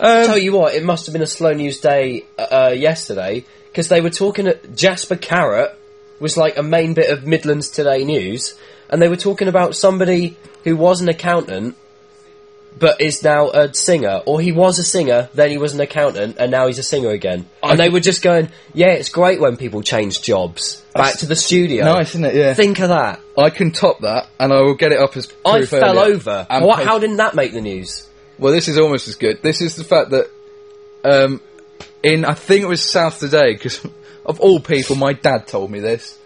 A: Um,
D: Tell you what, it must have been a slow news day uh, yesterday because they were talking. Jasper Carrot was like a main bit of Midlands Today news, and they were talking about somebody who was an accountant but is now a singer, or he was a singer, then he was an accountant, and now he's a singer again. and they were just going, "Yeah, it's great when people change jobs back to the studio."
A: nice, isn't it? Yeah.
D: Think of that.
A: I can top that, and I will get it up as proof
D: I fell
A: earlier.
D: over.
A: And
D: What?
A: post-
D: How didn't that make the news?
A: Well, this is almost as good. This is the fact that, um, in I think it was South Today because of all people, my dad told me this.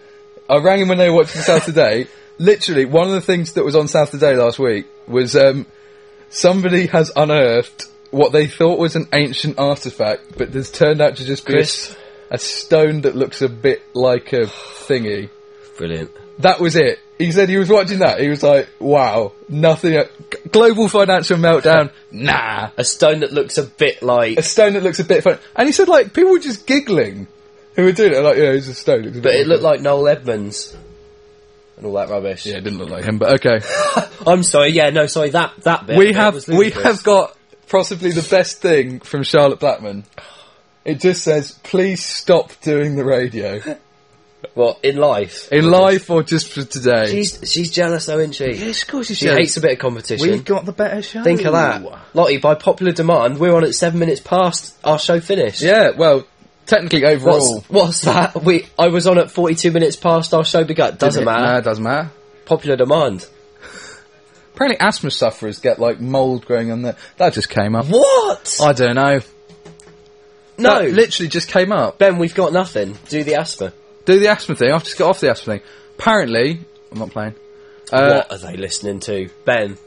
A: I rang him when they were watching South Today. Literally, one of the things that was on South Today last week was um, somebody has unearthed what they thought was an ancient artifact, but has turned out to just be a, s-
D: Chris?
A: a stone that looks a bit like a thingy.
D: Brilliant.
A: That was it. He said he was watching that. He was like, "Wow, nothing." Global financial meltdown. nah,
D: A stone that looks a bit like.
A: a stone that looks a bit funny. And he said, like, people were just giggling who were doing it. Like, yeah, it's a stone. It's a
D: But
A: bit
D: it looked like Noel Edmonds and all that rubbish.
A: Yeah, it didn't look like him, but okay.
D: I'm sorry. Yeah, no, sorry. That that bit.
A: we
D: that
A: have
D: was
A: we
D: ludicrous.
A: have got possibly the best thing from Charlotte Blackman. It just says, "Please stop doing the radio
D: what in life.
A: in live or just for today."
D: She's she's jealous though, isn't she?
A: of course
D: She hates a bit of competition.
A: got the better show.
D: Think of that, Lottie. By popular demand, we're on at seven minutes past our show finish.
A: Yeah, well, technically overall,
D: What's, what's that? We I was on at forty-two minutes past our show begun. Doesn't
A: Nah,
D: matter.
A: it doesn't matter.
D: Popular demand.
A: Apparently, asthma sufferers get like mold growing on their. That just came up.
D: What?
A: I don't know.
D: no,
A: That literally just came up.
D: Ben, we've got nothing. Do the asthma.
A: do the asthma thing. I've just got off the asthma thing. Apparently, I'm not playing. Uh,
D: what are they listening to, Ben?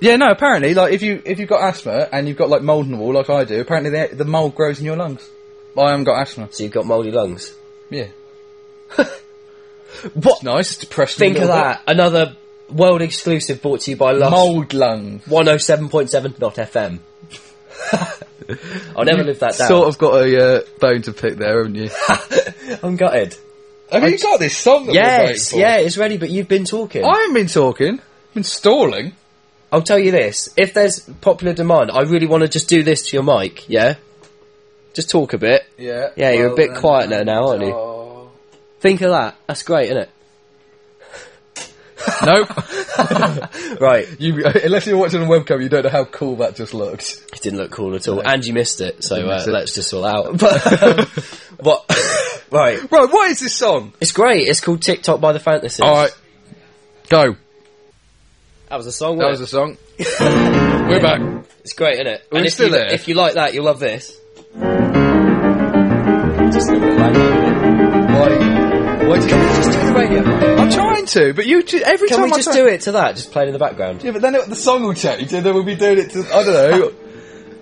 A: Yeah, no. Apparently, like if you if you've got asthma and you've got like mold in the wall, like I do, apparently the, the mold grows in your lungs. I haven't got asthma.
D: So you've got mouldy lungs.
A: Yeah,
D: What?
A: nice. It's depressing.
D: Think
A: a
D: of
A: little
D: that. Another world exclusive brought to you by oh
A: bit.
D: Lush
A: Mold lung.
D: 107.7 not FM. I'll never live that down.
A: Sort of got a uh, bone to pick there, haven't you?
D: I'm gutted.
A: Have you got this song? That we're waiting
D: Yes,
A: for?
D: yeah, it's ready, but you've been talking.
A: I haven't been talking. I've been stalling.
D: I'll tell you this. If there's popular demand, I really want to just do this to your mic, yeah? Just talk a bit.
A: Yeah. oh.
D: Yeah, you're a bit quiet there now, aren't you? Think of that. That's great, isn't it?
A: Nope.
D: Right.
A: you, unless you're watching on webcam, you don't know how cool that just looked.
D: It didn't look cool at all. And you missed it, so uh,
A: miss it.
D: let's just sort out. But, what? right.
A: Right, what is this song?
D: It's great. It's called TikTok by the Fantasies.
A: All right, go.
D: That was a song.
A: That
D: wasn't
A: was the
D: it?
A: song. We're back.
D: It's great, isn't it?
A: We're
D: and if
A: still
D: you,
A: there.
D: if you like that, you'll love this. Just a little like-
A: Why? Why
D: Can we just do the radio? Can
A: I'm trying to, but you ju- every time
D: we
A: I
D: just
A: try-
D: do it to that? Just playing in the background.
A: Yeah, but then it, the song will change, and then we'll be doing it to I don't know.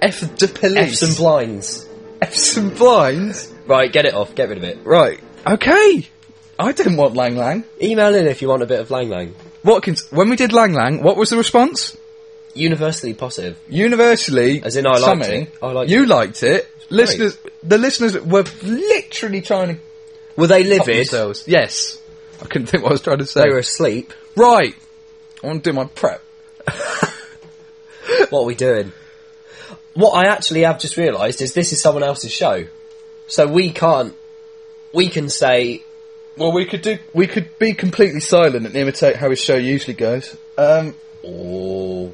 A: F de police.
D: F's and blinds.
A: F's and blinds.
D: Right, get it off. Get rid of it.
A: Right. Okay. I didn't want Lang Lang.
D: Email in if you want a bit of Lang Lang.
A: Watkins, when we did Lang Lang, what was the response?
D: Universally positive.
A: Universally,
D: As in, I liked
A: something.
D: it. I liked
A: you
D: it.
A: liked it. Listeners, the listeners were literally trying to
D: Were they
A: top
D: livid?
A: themselves. Yes, I couldn't think what I was trying to say.
D: They were asleep.
A: Right, I want to do my prep.
D: What are we doing? What I actually have just realised is this is someone else's show, so we can't. We can say
A: Well, we could do. We could be completely silent and imitate how his show usually goes. Um,
D: Oh.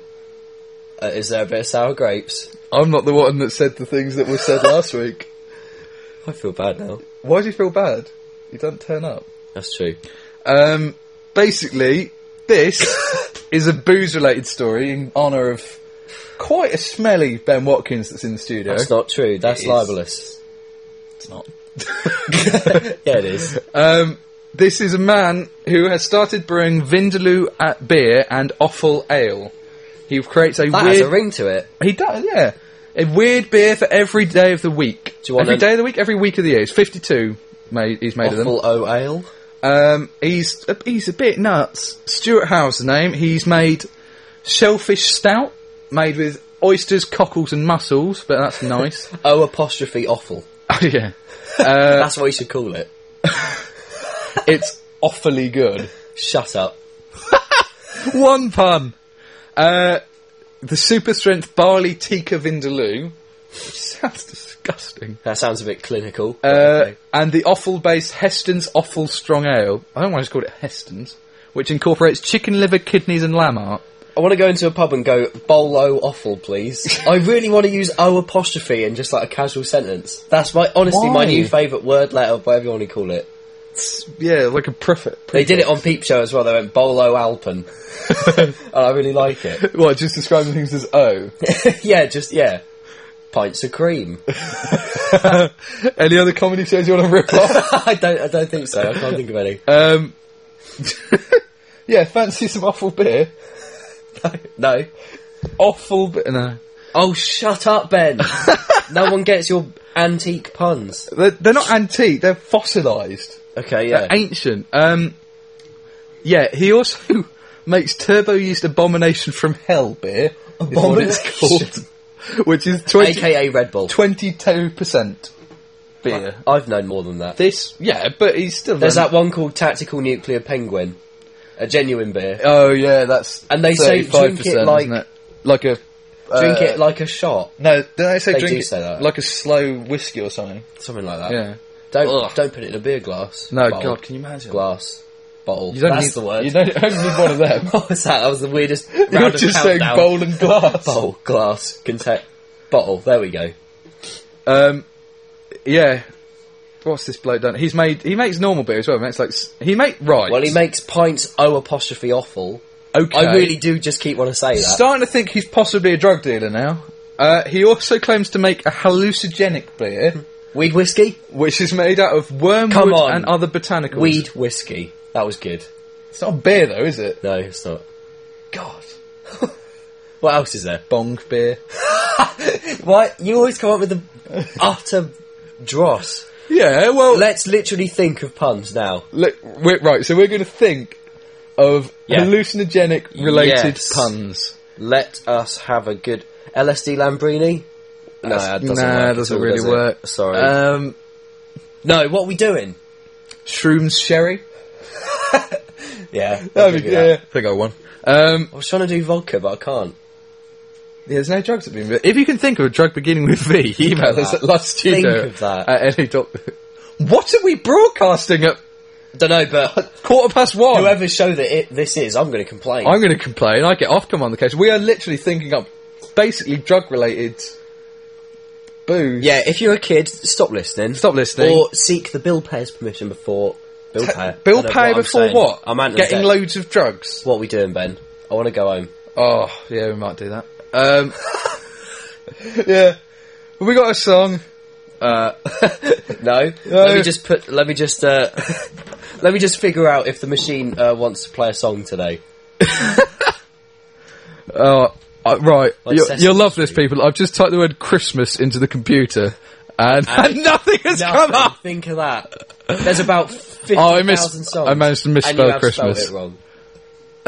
D: Uh, is there a bit of sour grapes?
A: I'm not the one that said the things that were said last week.
D: I feel bad now.
A: Why do you feel bad? You don't turn up.
D: That's true.
A: Um, basically, this is a booze-related story in honour of quite a smelly Ben Watkins that's in the studio.
D: That's not true. That's
A: is.
D: libelous.
A: It's not.
D: Yeah, it is.
A: Um, This is a man who has started brewing Vindaloo uh, beer and offal ale. He creates a
D: That
A: weird.
D: has a ring to it.
A: He does, yeah. A weird beer for every day of the week.
D: Do you want
A: every
D: a-
A: day of the week, every week of the year. It's 52 made, he's made
D: Awful O ale.
A: of them. Um, he's, a, he's a bit nuts. Stuart Howe's the name. He's made shellfish stout, made with oysters, cockles and mussels, but that's nice.
D: O apostrophe awful.
A: Oh, yeah. Uh,
D: That's what you should call it.
A: It's awfully good.
D: Shut up.
A: One pun. Uh, the super strength barley tikka vindaloo. Sounds disgusting.
D: That sounds a bit clinical.
A: Uh, and the offal based Heston's Offal Strong Ale. I don't want to call it Heston's, which incorporates chicken liver, kidneys, and lamb heart.
D: I want to go into a pub and go bolo offal, please. I really want to use O apostrophe in just like a casual sentence. That's my honestly
A: Why?
D: my new favourite word letter, whatever you want to call it.
A: It's- yeah, like a prophet.
D: They did it on Peep Show as well. They went bolo alpen, and I really like it.
A: What, just describing things as O?
D: yeah, just yeah, pints of cream.
A: Any other comedy shows you want to rip off?
D: I don't, I don't think so. I can't think of any.
A: um, yeah, fancy some awful beer.
D: No.
A: Awful beer. No.
D: Oh, shut up, Ben. no one gets your antique puns.
A: They're, they're not antique, they're fossilised.
D: Okay,
A: They're
D: yeah.
A: ancient. Um, yeah, he also makes turbo yeast abomination from hell beer. is what it's
D: Abomination.
A: called, which is 20,
D: AKA Red Bull.
A: 22% beer.
D: I've known more than that. Um,
A: This, yeah, but he's still.
D: There's that one called Tactical Nuclear Penguin, a genuine beer.
A: Oh yeah, that's
D: And they say drink
A: 35%,
D: it like-
A: isn't it? like a
D: Drink
A: uh,
D: it like a shot,
A: No, don't they say
D: They
A: drink
D: do
A: it
D: say that.
A: like a slow whiskey or something?
D: something like that.
A: Yeah.
D: Don't
A: Ugh.
D: don't put it in a beer glass.
A: No,
D: bottle.
A: God, can you imagine?
D: glass bottle?
A: You don't
D: That's
A: need,
D: the word.
A: You don't, you don't need one of them.
D: what was that? That was the weirdest. Round
A: You're
D: of
A: just saying
D: countdown.
A: bowl and glass.
D: bowl, glass, contact, bottle. There we go.
A: Um, yeah. What's this bloke done? He's made. He makes normal beer as well. He makes like s- he make right.
D: Well, he makes pints o apostrophe awful.
A: okay.
D: I really do just keep want to say that.
A: starting to think he's possibly a drug dealer now. Uh, he also claims to make a hallucinogenic beer,
D: Weed whiskey,
A: which is made out of wormwood
D: Come on.
A: and other botanicals.
D: weed whiskey. That was good.
A: It's not a beer though, is it?
D: No, it's not.
A: God.
D: What else is there?
A: Bong beer.
D: Why you always come up with the utter dross?
A: Yeah. Well,
D: Let's literally think of puns now.
A: look, we're, right. So we're going to think of
D: Yeah.
A: hallucinogenic related
D: Yes.
A: puns.
D: Let us have a good LSD Lambrini. No, that doesn't,
A: nah,
D: work Uh, at
A: doesn't
D: all,
A: really
D: does it?
A: work.
D: Sorry.
A: Um,
D: no, what are we doing?
A: shrooms sherry.
D: Yeah, I'll
A: That'd be-
D: give you that.
A: I think I won. Um,
D: I was trying to do vodka, but I can't.
A: yeah, there's no drugs that have been. If you can think of a drug beginning with V, email us
D: that.
A: at luststudio
D: Think of that.
A: at any dot. What are we broadcasting at
D: Don't know, but
A: quarter past one?
D: whoever show that it, this is, I'm going to complain.
A: I'm going to complain. I get Ofcom on the case. We are literally thinking up basically drug related booze.
D: yeah, if you're a kid, stop listening.
A: Stop listening.
D: Or seek the bill payer's permission before bill payer.
A: Uh, Bill
D: I know
A: pay
D: what I'm
A: before
D: saying.
A: what?
D: I'm out of
A: Getting
D: debt.
A: loads of drugs.
D: What are we doing, Ben? I want to go home.
A: Oh, yeah, we might do that. Um, yeah. We got a song.
D: No, let me just put. Let me just. Uh, let me just figure out if the machine uh, wants to play a song today.
A: Oh, uh, right.
D: Like
A: You'll,
D: Sesame
A: you'll love this, people. I've just typed the word Christmas into the computer, and, and nothing has come
D: Nothing.
A: up.
D: Think of that. There's about fifty
A: Oh, I
D: thousand
A: miss-
D: songs.
A: I managed to
D: and you
A: misspell
D: have spelled
A: Christmas.
D: it wrong.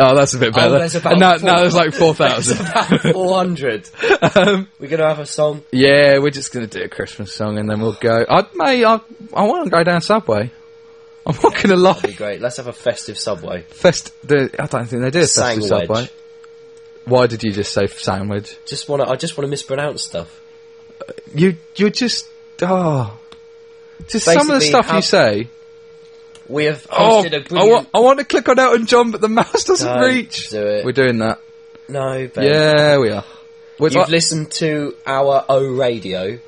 A: Oh, that's a bit better.
D: there's about
A: and now,
D: four.
A: now there's like four thousand.
D: Four hundred.
A: Um,
D: We're gonna have a song.
A: yeah, we're just gonna do a Christmas song, and then we'll go. I may. I, I want to go down Subway. I'm not gonna
D: Be
A: lie.
D: great. Let's have a festive subway.
A: Fest. The, I don't think they do a festive
D: Sandwich.
A: Subway. Why did you just say sandwich?
D: Just wanna. I just wanna mispronounce stuff.
A: You you're just oh. Just some of the
D: Basically,
A: stuff you
D: have-
A: say.
D: We have
A: Oh,
D: hosted a
A: I, wa-
D: brilliant.
A: I want to click on Elton John, but the mouse doesn't
D: Don't
A: reach.
D: do it.
A: We're doing that.
D: no, Ben.
A: Yeah, we are. We're-
D: You've listened to our O radio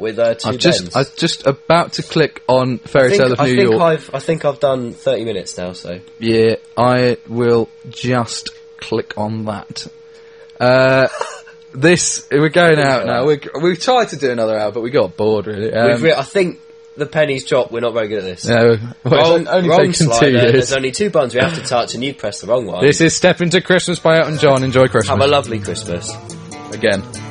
D: with uh, two
A: I'm just,
D: Bens.
A: I'm just about to click on Fairy
D: I
A: Tale
D: think,
A: of
D: I
A: New
D: think
A: York.
D: I've I think I've done thirty minutes now. So
A: Yeah, I will just click on that. Uh, this we're going out now. We we tried to do another hour, but we got bored really. Um,
D: We've re- I think the pennies dropped. We're not very good at this.
A: No, well, it's
D: Oh, Wrong,
A: only
D: wrong
A: taken two
D: slider.
A: years.
D: There's only two buttons we have to touch, and you press the wrong one.
A: This is Step Into Christmas by Elton John. Enjoy Christmas.
D: have a lovely Christmas.
A: Again.